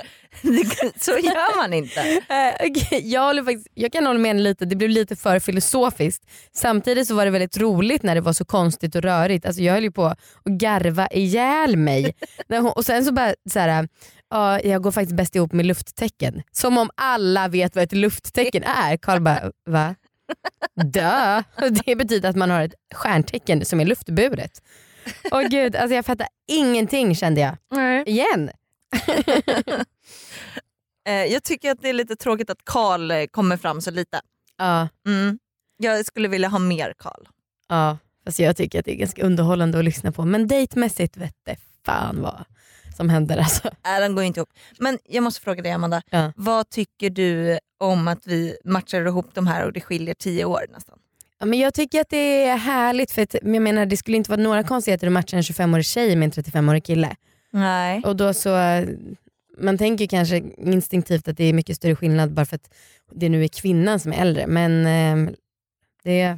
I: Så gör man inte.
E: Eh, okej, jag, håller faktiskt, jag kan hålla med henne lite, det blev lite för filosofiskt. Samtidigt så var det väldigt roligt när det var så konstigt och rörigt. Alltså jag höll ju på att garva ihjäl mig. När hon, och sen så bara så här, ja, jag går faktiskt bäst ihop med lufttecken. Som om alla vet vad ett lufttecken är. Karl bara, va? Dö. Det betyder att man har ett stjärntecken som är luftburet. Åh gud, alltså jag fattar ingenting kände jag. Igen.
I: Eh, Jag tycker att det är lite tråkigt att Karl eh, kommer fram så lite.
E: Ja.
I: Mm. Jag skulle vilja ha mer Karl.
E: Ja, fast jag tycker att det är ganska underhållande att lyssna på. Men dejtmässigt vette fan vad som händer alltså.
I: Nej, den går inte ihop. Men jag måste fråga dig Amanda,
E: Ja.
I: vad tycker du om att vi matchar ihop de här och det skiljer tio år nästan?
E: Ja, men jag tycker att det är härligt för att, men jag menar, det skulle inte vara några konstigheter att matcha en 25-årig tjej med en 35-årig kille.
I: Nej.
E: Och då så, eh, man tänker kanske instinktivt att det är mycket större skillnad bara för att det nu är kvinnan som är äldre. Men eh, det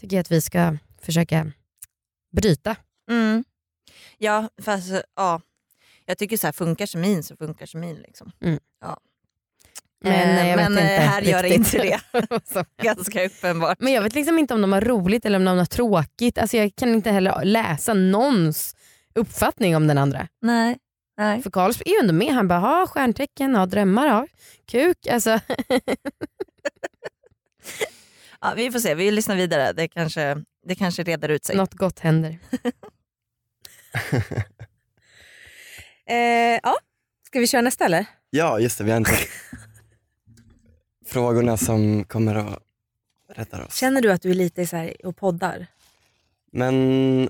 E: tycker jag att vi ska försöka bryta.
I: Mm. Ja, fast ja. Jag tycker så här, funkar kemin så funkar kemin. Liksom.
E: Mm.
I: Ja.
E: Men,
I: Eh,
E: eh, jag
I: men
E: vet inte
I: eh, här gör det inte
E: riktigt
I: det.
E: vad som
I: Ganska uppenbart.
E: Men jag vet liksom inte om de har roligt eller om de har tråkigt. Alltså jag kan inte heller läsa någons uppfattning om den andra.
I: Nej. Nej.
E: För Karl är ju ändå med. Han bara, ha stjärntecken, ha drömmar, ha kuk. Alltså,
I: Ja, vi får se, vi lyssnar vidare. Det kanske, det kanske reder ut sig.
E: något gott händer.
H: Eh, ja, ska vi köra nästa eller?
G: Ja, just det, vi har inte frågorna som kommer att rädda oss.
H: Känner du att du är lite så här och poddar?
G: Men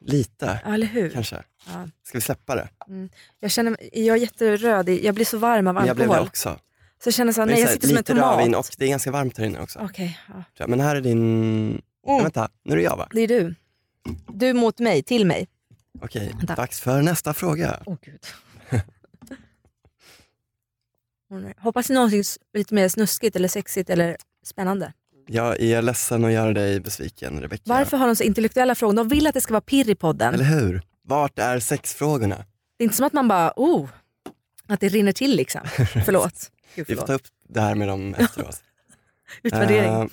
G: lite,
H: Ja, eller hur?
G: kanske.
H: Ja.
G: Ska vi släppa det?
H: Mm. Jag, känner, jag är jätteröd, i- jag blir så varm av
G: Men jag blev det
H: alkohol.
G: också.
H: Så jag känner så här,
G: Men
H: nej jag
G: så här,
H: sitter som en
G: lite
H: tomat.
G: rödvin och det är ganska varmt här inne också. tror
H: Okej, ja. Oh.
G: jag. Men här är din... Nej, vänta, nu är det jag va?
H: det är du. Du mot mig, till mig. Mm.
G: Okej, dags för nästa fråga.
H: Åh gud. Hon- Hoppas det är någonting s- lite mer snuskigt eller sexigt eller spännande.
G: Jag är ledsen att göra dig besviken, Rebecca.
H: Varför har de så intellektuella frågor? De vill att det ska vara pirr i podden.
G: Eller hur? Alltså, Vart är sexfrågorna?
H: Det är inte som att man bara, oh, att det rinner till liksom. Förlåt. Gud,
G: Vi får
H: förlåt.
G: ta upp det här med dem efteråt.
H: Utvärdering.
G: Eh,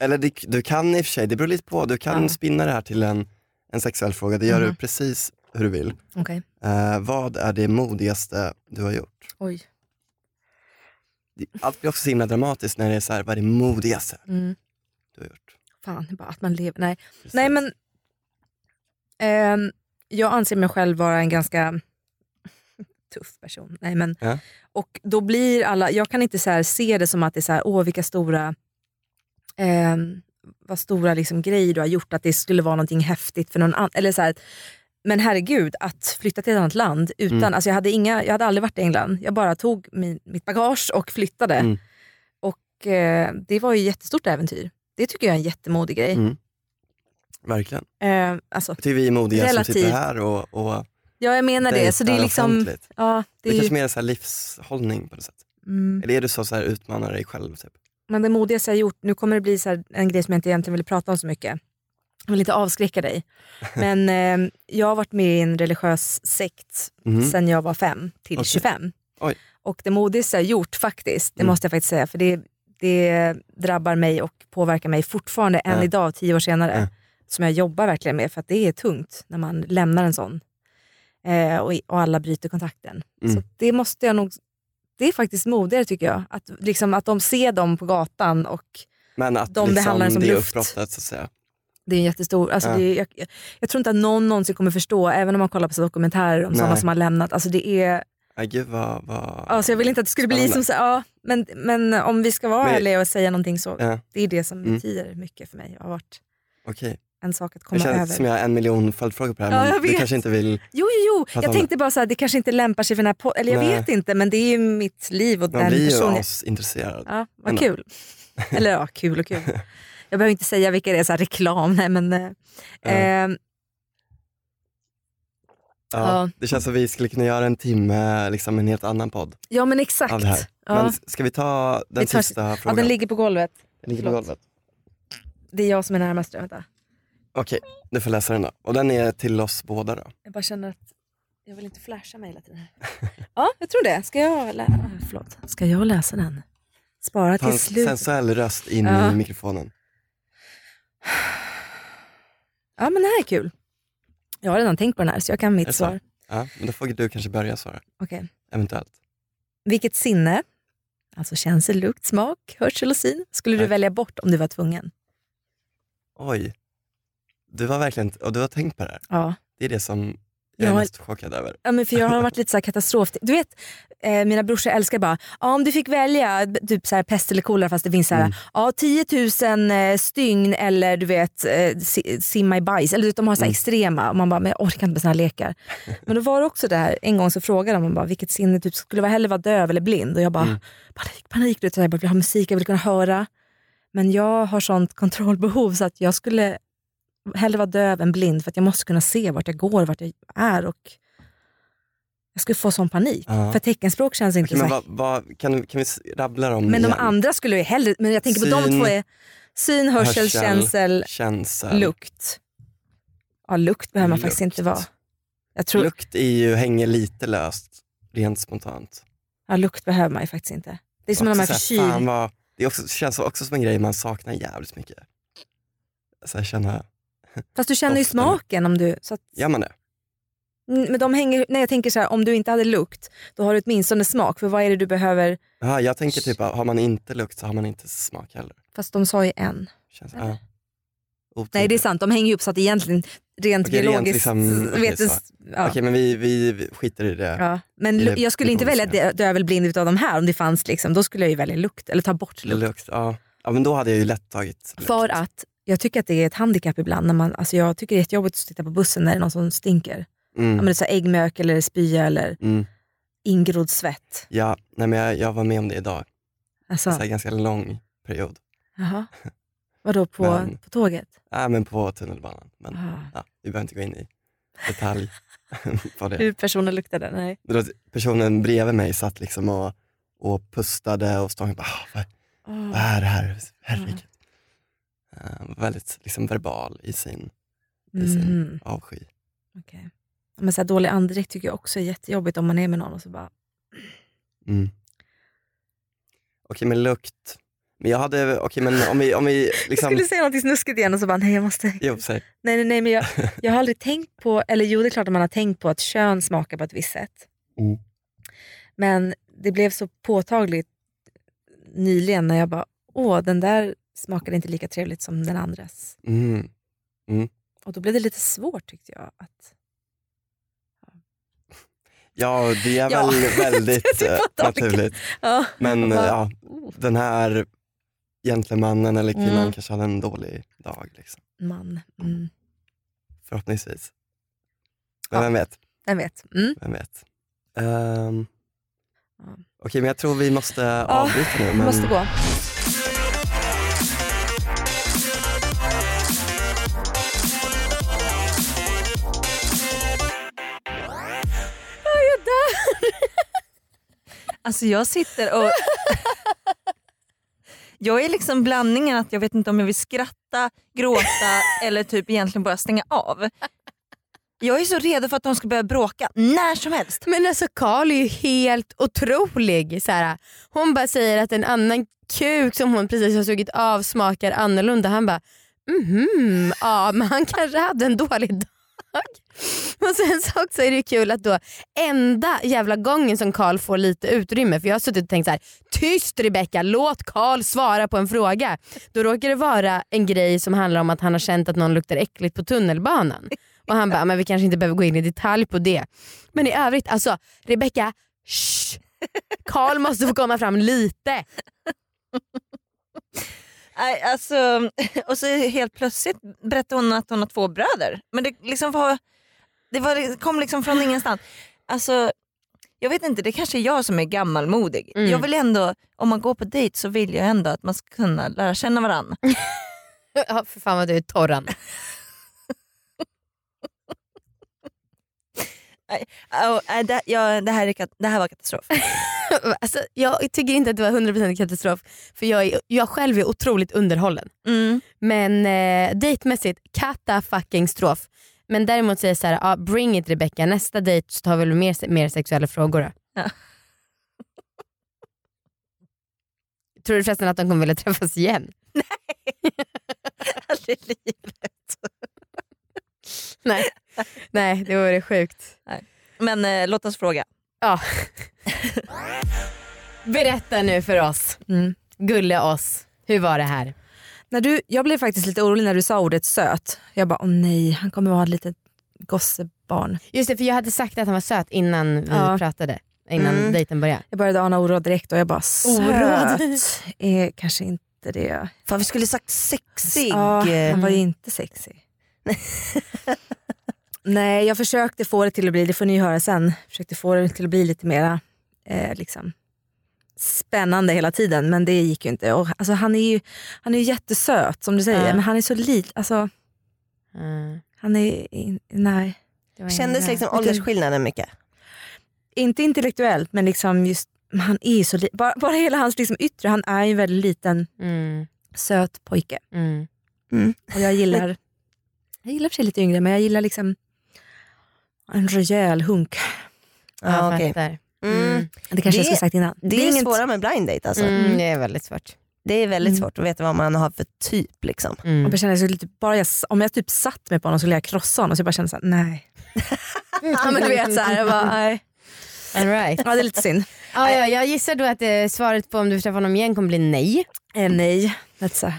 G: eller det, du kan i och för sig, det beror lite på. Du kan spinna det här till en, en sexuell fråga. Det gör du
H: Mhm.
G: precis hur du vill.
H: Okej.
G: Eh, vad är det modigaste du har gjort?
H: Oj.
G: Det- Allt blir också så himla dramatiskt när det är så här, vad är det modigaste?
H: Mm.
G: Du har gjort.
H: Fan, det är bara att man lever. Nej, Nej men ehm, jag anser mig själv vara en ganska tuff person. Nej, men,
G: Ja.
H: Och då blir alla, jag kan inte så här se det som att det är så här, åh vilka stora, ehm, vad stora liksom grejer du har gjort, att det skulle vara någonting häftigt för någon annan. Eller så här, men herregud, att flytta till ett annat land utan,
J: Mm.
H: alltså jag hade, inga, jag hade aldrig varit i England. Jag bara tog min, mitt bagage och flyttade.
G: Mm.
H: Och eh, det var ju ett jättestort äventyr. Det tycker jag är en jättemodig grej.
G: Mm. Verkligen.
H: Eh, alltså,
G: Jag tycker vi är modiga som sitter
H: Relativt.
G: här och, och
H: ja, jag menar det. Så det är
G: dejtar
H: liksom...
G: offentligt.
H: Ja,
G: Det
H: det är
G: kanske
H: ju,
G: mer är så här livshållning på något sätt.
H: mm,
G: Eller är du så, så här utmanar dig själv? Typ?
H: men det modigaste jag gjort, nu kommer det bli så här, en grej som jag inte egentligen vill prata om så mycket. Jag vill inte avskräcka dig. Men eh, jag har varit med i en religiös sekt
J: Mhm.
H: sedan jag var fem till
J: Okej.
H: 25.
G: Oj.
H: Och det modigaste jag gjort faktiskt, det
J: Mm.
H: måste jag faktiskt säga, för det, det drabbar mig och påverkar mig fortfarande än
J: Ja.
H: idag, tio år senare.
J: Ja.
H: Som jag jobbar verkligen med, för att det är tungt när man lämnar en sån. Eh, och, i- och alla bryter kontakten.
J: Mm.
H: Så det måste jag nog... Det är faktiskt modigare tycker jag. Att, liksom, att de ser dem på gatan och
G: Men att
H: De
G: liksom,
H: behandlar det som
G: det
H: luft.
G: uppbrottet så att säga.
H: det är en jättestor... Alltså
G: Ja.
H: det är, jag, jag- jag tror inte att någon någonsin kommer förstå, även om man kollar på så dokumentärer om
G: Nej.
H: sådana som har lämnat. Alltså det är,
G: Ja, gud vad... vad...
H: alltså jag vill inte att det skulle bli
G: Spännande.
H: som... Så, ja, men, men om vi ska vara
G: Men-
H: ärliga och säga någonting så,
G: Ja.
H: det är det som
G: Mm.
H: betyder mycket för mig. och har varit
G: Okej.
H: en sak att
G: Det
H: komma
G: känns
H: över.
G: som jag har en miljon följdfrågor på det
H: Ja,
G: här
H: jag
G: men du
H: vet.
G: kanske inte vill...
H: Jo, jo, jo.
G: Prata om
H: Jag
G: det.
H: tänkte bara så här, det kanske inte lämpar sig för den här podden. Eller jag
G: Nej.
H: vet inte, men det är ju mitt liv och
G: Man
H: den
G: blir ju
H: personen.
G: asintresserad.
H: Ja, vad
G: ändå.
H: kul. Eller ja, kul och kul. Jag behöver inte säga vilka det är, så här, reklam. Nej, men, eh, ehm,
G: Ja,
H: Ja.
G: Det känns som vi skulle kunna göra en timme, liksom en helt annan podd.
H: ja, men
G: Av
H: exakt.
G: det här.
H: Ja.
G: Men s- ska vi ta den
H: Vi tar-
G: sista
H: ja,
G: frågan?
H: den ligger på golvet.
G: Den ligger på
H: Förlåt.
G: golvet.
H: Det är jag som är närmast. Vänta.
G: Okej, du får läsa den då. Och den är till oss båda då.
H: Jag bara känner att jag vill inte flasha mig hela tiden. här. Ja, jag tror det. Ska jag, lä- ah, förlåt. Ska jag läsa den? Spara
G: Ta en
H: till slut.
G: sensuell röst in
H: Ja.
G: i mikrofonen.
H: Ja, men det här är kul. Jag har redan tänkt på den här, så jag kan
G: Är det
H: mitt
G: så?
H: svar.
G: Ja, men då får du kanske börja svara.
H: Okej.
G: Eventuellt.
H: Vilket sinne, alltså känsel, lukt, smak, hörsel och syn, skulle du välja bort om du var tvungen?
G: Oj. Du var verkligen, och du har tänkt på det här.
H: Ja.
G: Det är det som jag
H: Jag
G: är
H: har-
G: mest chockad över.
H: Ja, men för jag har varit lite så här katastrof. Du vet, eh, mina brorsor älskar bara, ja, om du fick välja b- typ så här pest eller kolera fast det finns så
G: Mm.
H: här, ja, 10 000 eh, stygn eller du vet eh, si, simma i bajs. Eller, du vet, de har
G: Mm.
H: så här extrema och man bara, men jag orkar inte med såna här lekar. men då var det också det här, en gång så frågade de, man bara, vilket sinne typ, skulle jag hellre vara döv eller blind? Och jag bara,
J: Mm.
H: panik, panik. Du vet, så här, jag bara vill ha musik, jag vill kunna höra. Men jag har sånt kontrollbehov så att jag skulle hellre vara döv än blind för att jag måste kunna se vart jag går, vart jag är och jag skulle få sån panik.
G: Ja.
H: För teckenspråk känns inte
G: Okej,
H: så
G: men
H: här.
G: vad, vad, kan, kan vi s- rabbla dem
H: Men de
G: igen?
H: andra skulle ju hellre, men jag tänker på de
G: Mm, Syn,
H: två är syn, hörsel, känsel,
G: känsel.
H: lukt. Ja, lukt behöver man faktiskt inte vara. Jag tror, lukt.
G: Lukt är ju, hänger lite löst, rent spontant.
H: Ja, lukt behöver man ju faktiskt inte. Det är som när man är
G: Också så här, fan
H: förkyld.
G: vad, Det är också, känns också som en grej man saknar jävligt mycket. Så här, känna,
H: Fast du känner ju smaken om du... Så att,
G: gör man det?
H: Mm, men de hänger, nej, jag tänker så här, om du inte hade lukt, då har du åtminstone smak. För vad är det du behöver?
G: Aha, jag tänker typ, har man inte lukt så har man inte smak heller.
H: Fast de sa ju en.
G: Känns, ja.
H: Nej, det är sant. De hänger ju upp så att egentligen rent
G: Typ. Okej, rent
H: biologiskt...
G: liksom- okej,
H: vetens-
G: så.
H: ja.
G: Okej, men vi, vi vi skiter i det.
H: Ja, men
G: I
H: lu-
G: det
H: jag skulle inte välja
G: biologiska.
H: dö- döv eller blind utav de här om det fanns. Liksom. Då skulle jag ju välja lukt eller ta bort lukt.
G: Lukt, ja. ja, men då hade jag ju lätt tagit lukt.
H: För att jag tycker att det är ett handikapp ibland. När man, alltså jag tycker det är jättejobbigt att sitta på bussen när det är någon som stinker.
G: Mm.
H: Ja, men det är så här äggmök eller spya eller
G: Mm.
H: ingrodd svett.
G: Ja, nej, men jag, jag var med om det idag.
H: Alltså.
G: En så här ganska lång period.
H: Jaha. Vadå, på,
G: Men-
H: på tåget?
G: Ja, men på tunnelbanan. Men
H: Ah.
G: ja, vi behöver inte gå in i detalj på det.
H: Hur personen luktade? Nej.
G: Men då Personen bredvid mig satt liksom och, och pustade och stod och bara, "Ah, vad,
H: Ah.
G: vad är det här? Herregud. Eh, väldigt liksom, verbal i sin, i sin
H: Mhm.
G: avsky.
H: Okej. Ja, Men så här, dålig andedräkt tycker jag också är jättejobbigt om man är med någon och så bara...
G: Mm. Okej, men lukt. Men jag hade, okej men om vi, om vi liksom...
H: Jag skulle säga något snuskigt igen och så bara, nej jag måste
G: Jo, säg.
H: Nej, nej, nej men jag, jag har aldrig tänkt på, eller jo det är klart att man har tänkt på att kön smakar på ett visst sätt.
G: Mm.
H: Men det blev så påtagligt nyligen när jag bara, åh den där smakade inte lika trevligt som den andras.
G: Mm. Mm.
H: Och då blev det lite svårt tyckte jag. Att,
G: Ja, det är
H: Ja.
G: väl väldigt
H: Det var
G: eh,
H: taget.
G: naturligt.
H: Ja,
G: Men eh,
H: bara, "Oh,
G: ja, den här gentlemannen eller kvinnan
H: Mm.
G: kanske hade en dålig dag. Liksom.
H: man, mm,
G: Förhoppningsvis. Men vem vet?
H: vem vet. Mm.
G: Vem vet? Ehm, Okej, men jag tror vi måste avbryta nu.
H: vi
G: Eh, Men,
H: måste gå.
I: Aj, jag dör. Alltså jag sitter och... Jag är liksom blandningen att jag vet inte om jag vill skratta, gråta eller typ egentligen bara stänga av. Jag är så redo för att de ska börja bråka när som helst.
E: Men alltså Karl är ju helt otrolig. Så här, hon bara säger att en annan kuk som hon precis har sugit av smakar annorlunda. Han bara mhm, ja men han kanske hade en dålig dag. Och sen så också är det ju kul att då enda jävla gången som Karl får lite utrymme, för jag har suttit och tänkt så här: tyst Rebecka, låt Karl svara på en fråga. Då råkar det vara en grej som handlar om att han har känt att någon luktar äckligt på tunnelbanan. Och han bara, men vi kanske inte behöver gå in i detalj på det. Men i övrigt, alltså Rebecka, shh! Karl måste få komma fram lite.
I: Nej, Alltså, och så helt plötsligt berättade hon att hon har två bröder. Men det, liksom var, det var, kom liksom från ingenstans. Alltså, jag vet inte, det kanske är jag som är gammalmodig.
E: Mm.
I: Jag vill ändå, om man går på dejt så vill jag ändå att man ska kunna lära känna varandra.
E: Ja, för fan vad du är torran.
K: Nej, au,
I: äh,
K: nej, det, ja, det, här är, kat- det här var katastrof.
E: alltså, jag tycker inte att det var 100% katastrof för jag, är, jag själv är otroligt underhållen.
I: Mm.
E: Men eh, dejtmässigt, kata fucking strof. Men däremot säger jag såhär, ah, bring it Rebecca, nästa dejt så tar vi väl mer, se- mer sexuella frågor då.
K: Ja.
E: Tror du förresten att de kommer vilja träffas igen?
K: Aldrig i livet.
E: Nej, Nej det vore sjukt.
K: Nej. Men eh, låt oss fråga.
E: Ja. Berätta nu för oss, gulle oss, hur var det här?
I: När du, jag blev faktiskt lite orolig när du sa ordet söt. Jag bara, åh nej, han kommer vara ett litet gossebarn.
E: Just det, för jag hade sagt att han var söt innan vi
I: Ja.
E: pratade, innan
I: Mm.
E: dejten började.
I: Jag började ana oråd direkt och jag bara, söt
E: Oråd?
I: är kanske inte det.
K: Fan vi skulle sagt sexig.
I: Ja, han var ju inte sexig. nej, jag försökte få det till att bli, det får ni ju höra sen, försökte få det till att bli lite mera eh, liksom, spännande hela tiden men det gick ju inte. Och, alltså, han, är ju, han är ju jättesöt som du säger
K: Ja.
I: men han är så liten. Alltså, han är, in, nej.
H: Kändes liksom
I: Vilken-
H: åldersskillnaden mycket?
I: inte intellektuellt men liksom just, han är ju så li- bara, bara hela hans liksom yttre, han är ju en väldigt liten
E: Mm,
I: söt pojke. Och jag gillar, jag gillar för sig lite yngre men jag gillar liksom en rejäl hunk.
H: Ja, Ja, Ah, okej. fattar. Mm. Mm.
I: Det kanske jag skulle sagt innan.
H: Det, är svåra med blind date alltså.
E: Mm, det är väldigt svårt.
H: Det är väldigt
I: Mm.
H: svårt att veta vad man har för typ liksom.
E: Mm.
I: Och jag känner så lite, bara jag, s- om jag typ satt mig på honom så skulle jag krossa honom så jag bara kände såhär, nej. ja men du vet såhär, jag bara, nej.
E: All right.
I: Ja det är lite synd.
E: Ja, ja, jag gissar då att eh, svaret på om du träffar honom igen kommer bli nej.
I: Eh, nej, that's a...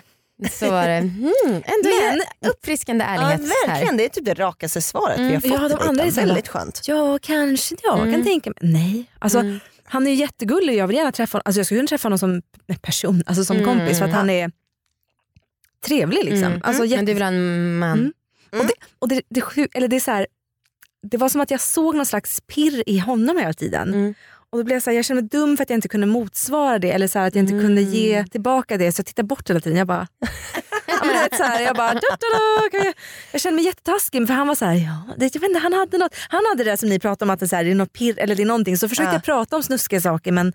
E: Så var det. Mm, ändå
H: Men-
E: men, uppfriskande
H: Ja,
E: ärlighet
H: verkligen,
E: här.
H: det är typ det rakaste svaret vi har
I: Mm.
H: fått.
I: Ja, de
H: i
I: andra är
H: dejten.
I: så här,
H: väldigt skönt.
I: Ja, kanske jag
H: Mm.
I: kan tänka mig. Nej. Alltså,
E: Mm,
I: Han är ju jättegullig jag vill gärna träffa honom. Alltså, jag skulle kunna träffa honom som person, alltså som
E: Mm.
I: kompis för att han är trevlig. Liksom.
E: Mm.
I: Alltså,
E: Mm. Men du vill ha en man.
I: Och det, och det, det, sju- eller det, är så här, det var som att jag såg någon slags pirr i honom hela tiden. Och då blev jag, så här, jag kände mig dum för att jag inte kunde motsvara det eller så här, att jag inte kunde ge tillbaka det så jag tittade bort hela tiden. Jag bara, ja, men du vet, så här, jag, bara da, da, da, kan jag, jag kände mig jättetaskig för han var så här, ja, det, jag vet inte, han hade något, han hade det där som ni pratade om att det, är så här, det är något pirr eller det är någonting. Så försökte
H: Ja.
I: jag prata om snuskiga saker men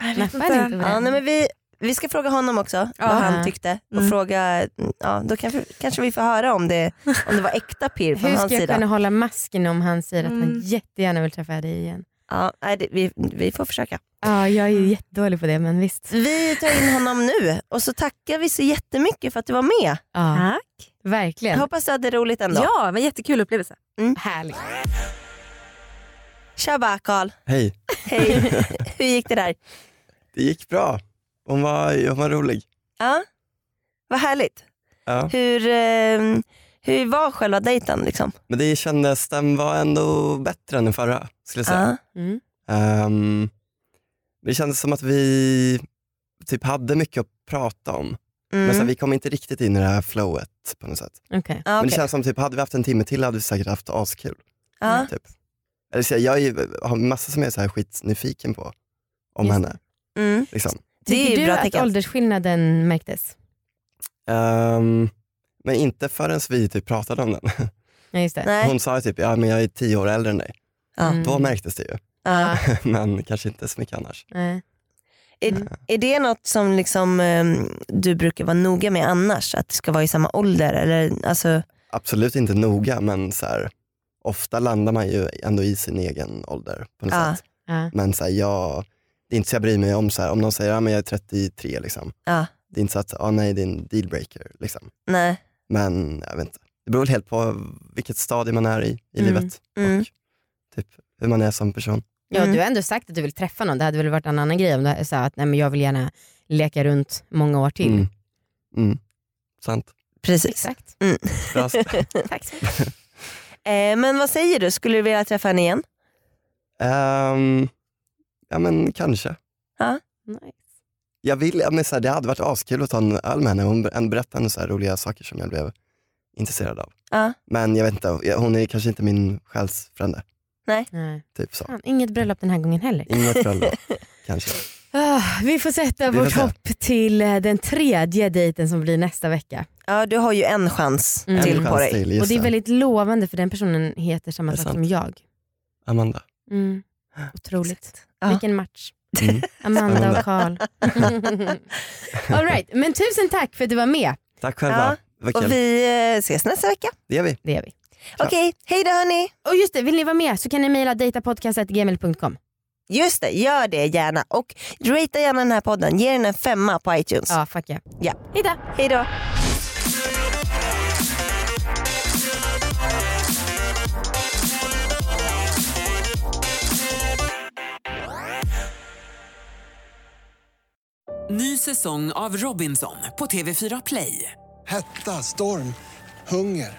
I: jag vet inte.
H: Ja, nej, men vi, vi ska fråga honom också
I: Ja. Mm.
H: vad han tyckte. Och fråga, mm, ja, då kanske, kanske vi får höra om det, om det var äkta pirr från
E: Hur
H: hans
E: ska jag
H: sida.
E: kunna hålla masken om han säger att han
H: Mm.
E: jättegärna vill träffa dig igen?
H: Ja, nej, det, vi, vi får försöka.
E: Ja, jag är ju jättedålig på det men visst.
H: Vi tar in honom nu och så tackar vi så jättemycket för att du var med.
E: Ja.
I: Tack.
H: Jag
E: Verkligen.
H: hoppas du hade roligt ändå.
I: Ja, det var en jättekul upplevelse.
H: Mm.
E: Härligt.
H: Tjaba Karl.
G: Hej.
H: Hej. Hur gick det där?
G: Det gick bra. Hon var, hon var rolig.
H: Ja, vad härligt.
G: Ja.
H: Hur, eh, hur var själva dejten? Liksom?
G: Men det kändes, den var ändå bättre än den förra skulle jag säga.
E: Mm.
G: Ehm, det kändes som att vi typ hade mycket att prata om. Men
H: Mm.
G: så här, vi kom inte riktigt in i det här flowet på något sätt.
E: Okej.
H: Ja,
G: Men det
H: okej.
G: känns som typ, hade vi haft en timme till hade vi säkert haft askul.
H: Ja.
G: Typ. Eller så här, jag är, ju- har massa som jag är så här skitnyfiken på om
E: Just
G: henne.
H: Mm.
G: Liksom.
E: Tycker
H: ju
E: du
H: bra
E: att
H: tecken.
E: åldersskillnaden märktes?
G: Ehm, men inte förrän vi typ pratade om den.
E: Ja, just det. Mm.
G: Hon sa ju typ, ja men jag är tio år äldre än dig.
E: Ja.
H: Mm.
G: Då märktes det ju.
H: Ja.
G: men kanske inte så mycket annars.
E: Nej.
H: Är, är det något som liksom, eh, du brukar vara noga med annars? Att det ska vara i samma ålder? Eller, alltså,
G: Absolut inte noga, men så här, ofta landar man ju ändå i sin egen ålder på något
H: Ja.
G: sätt.
E: Ja.
G: Men så här, jag, det är inte så jag bryr mig om, så här, om någon säger att men jag är 33, liksom.
H: ja,
G: det är inte så att ah, nej, det är en dealbreaker. Liksom.
H: nej.
G: Men jag vet inte. det beror väl helt på vilket stadie man är i, i
H: Mm.
G: livet
H: Mm.
G: och typ, hur man är som person.
E: Ja, Du har ändå sagt att du vill träffa någon. Det hade väl varit en annan grej om du sa att nej, men jag vill gärna leka runt många år till.
G: Mm. Mm. Sant.
H: Precis.
E: Exakt.
H: Mm.
G: Bra.
E: Tack så mycket.
H: Eh, men vad säger du, skulle du vilja träffa henne igen?
G: Ehm, ja men kanske.
E: Nice.
G: jag vill, ja, men så här, det hade varit askul att ta en öl med henne. Hon ber- hon berättade en så här roliga saker som jag blev intresserad av.
H: Ja.
G: Men jag vet inte, jag- hon är kanske inte min själsfrände.
E: Nej.
G: Typ så.
E: Fan, inget bröllop den här gången heller.
G: Inget bröllop, kanske.
E: Ah, vi får sätta
G: Vi får
E: vårt
G: se.
E: hopp till eh, den tredje dejten som blir nästa vecka.
H: Ja, du har ju en chans
E: Mm.
H: till
G: En
H: på
G: chans
H: dig.
G: till, just
E: Och det är
G: det.
E: väldigt lovande för den personen heter samma
G: Det är
E: sak
G: sant.
E: som jag.
G: Amanda.
E: Mm. Otroligt. Vilken match.
G: Mm.
E: Amanda
G: Amanda.
E: och Karl. All right. Men tusen tack för att du var med.
G: Tack själva. Vad kul.
E: och
H: vi eh, ses nästa vecka.
G: Det gör vi.
E: Det gör vi.
H: Okej, hej då hörni.
E: Och just det, vill ni vara med så kan ni mejla datapodcast.gmail.com.
H: Just det, gör det gärna. Och ratea gärna den här podden. Ge den en femma på iTunes.
E: Ja, fuck yeah.
H: ja.
E: Hej då.
H: Hej då.
A: Ny säsong av Robinson på TV4 Play.
B: Hetta, storm, hunger.